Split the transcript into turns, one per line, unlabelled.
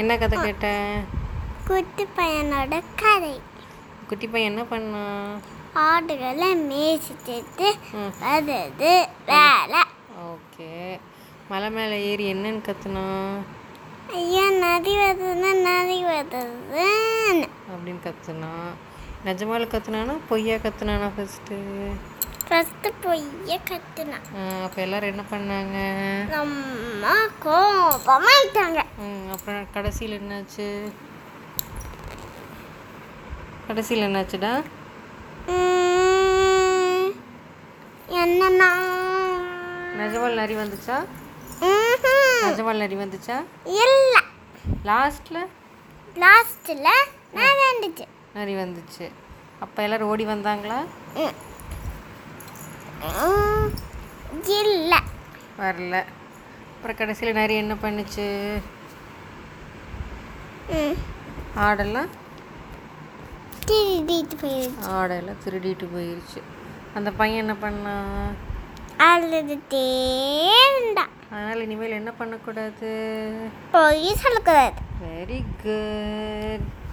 என்ன கதை கேட்ட
குட்டி பையனோட கதை
குட்டி பையன் என்ன பண்ணான்
ஆடுகளை மேய்ச்சிட்டு
ம்.
வருது வேலை
ஓகே மலை மேலே ஏறி என்னன்னு கத்துனான்
ஐயோ நதி வருதுன்னா நதி வருது
அப்படின்னு கத்துனான் நிஜமால கத்துனானா பொய்யா கத்துனானா ஃபஸ்ட்டு
ஃபஸ்ட்டு பொய்ய கத்துனான்
அப்போ எல்லாரும் என்ன பண்ணாங்க
நம்ம கோபமாயிட்டாங்க
ம், அப்புறம் கடைசியில் என்னாச்சு கடைசியில் என்னாச்சுடா
ம், என்னன்னா
நிஜமால் நரி வந்துச்சா
ம்ஹும்.
நிஜமால் நரி வந்துச்சா
இல்லை
லாஸ்ட்டில்
லாஸ்ட்டில் நான் வேண்டுச்சு
நரி வந்துச்சு அப்போ எல்லாரும் ஓடி வந்தாங்களா
இல்லை
வரல அப்புறம் கடைசியில் நரி என்ன பண்ணுச்சு ஆடெல்லாம்
திருடிட்டு போயிடுச்சு
ஆடெல்லாம் திருடிட்டு போயிருச்சு அந்த பையன் என்ன பண்ணான்
அழுதுட்டே இருந்தான்
அதனால் இனிமேல் என்ன பண்ணக்கூடாது
போய் சொல்லக்கூடாது
வெரி குட்